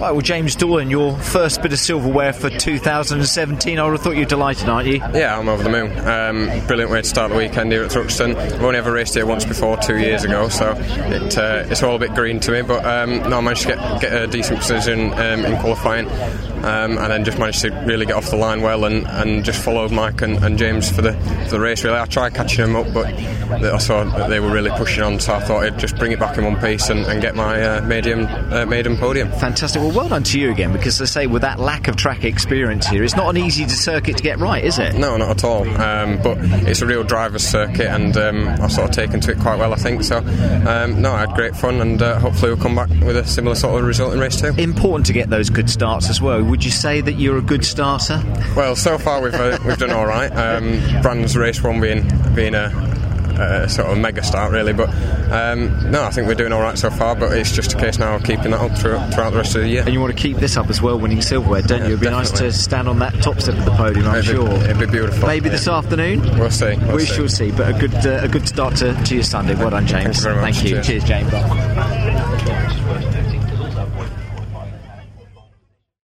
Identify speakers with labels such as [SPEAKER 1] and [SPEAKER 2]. [SPEAKER 1] Right, well, James Dolan, your first bit of silverware for 2017. I would have thought you're delighted, aren't you?
[SPEAKER 2] Yeah, I'm over the moon. Um, brilliant way to start the weekend here at Thruxton. I've only ever raced here once before, two years ago, so it, uh, it's all a bit green to me. But um, no, I managed to get, get a decent position um, in qualifying, um, and then just managed to really get off the line well and, and just followed Mike and, and James for the for the race. Really, I tried catching them up, but they- I saw that they were really pushing on, so I thought I'd just bring it back in one piece and, and get my uh, medium uh, maiden podium.
[SPEAKER 1] Fantastic. Well, well done to you again, because they say with that lack of track experience here, it's not an easy to circuit to get right, is it?
[SPEAKER 2] No, not at all. Um, but it's a real driver's circuit, and um, I've sort of taken to it quite well, I think. So, um, no, I had great fun, and uh, hopefully we'll come back with a similar sort of result in race two.
[SPEAKER 1] Important to get those good starts as well. Would you say that you're a good starter?
[SPEAKER 2] Well, so far we've uh, we've done all right. Um, Brand's race one being being a, a sort of mega start, really. But um, no, I think we're doing all right so far. But it's just a case now of keeping that up throughout, throughout the rest of the year.
[SPEAKER 1] And you want to keep this up as well, winning silverware, don't you? It'd be
[SPEAKER 2] definitely.
[SPEAKER 1] nice to stand on that top step of the podium, I'm
[SPEAKER 2] It'd be-
[SPEAKER 1] sure.
[SPEAKER 2] it'd be beautiful.
[SPEAKER 1] Maybe this afternoon.
[SPEAKER 2] We'll see. We'll
[SPEAKER 1] we
[SPEAKER 2] see.
[SPEAKER 1] shall see. But a good, uh, a good start to, to your Sunday. Well done, James.
[SPEAKER 2] you very much.
[SPEAKER 1] Thank you.
[SPEAKER 2] Cheers.
[SPEAKER 1] Cheers James.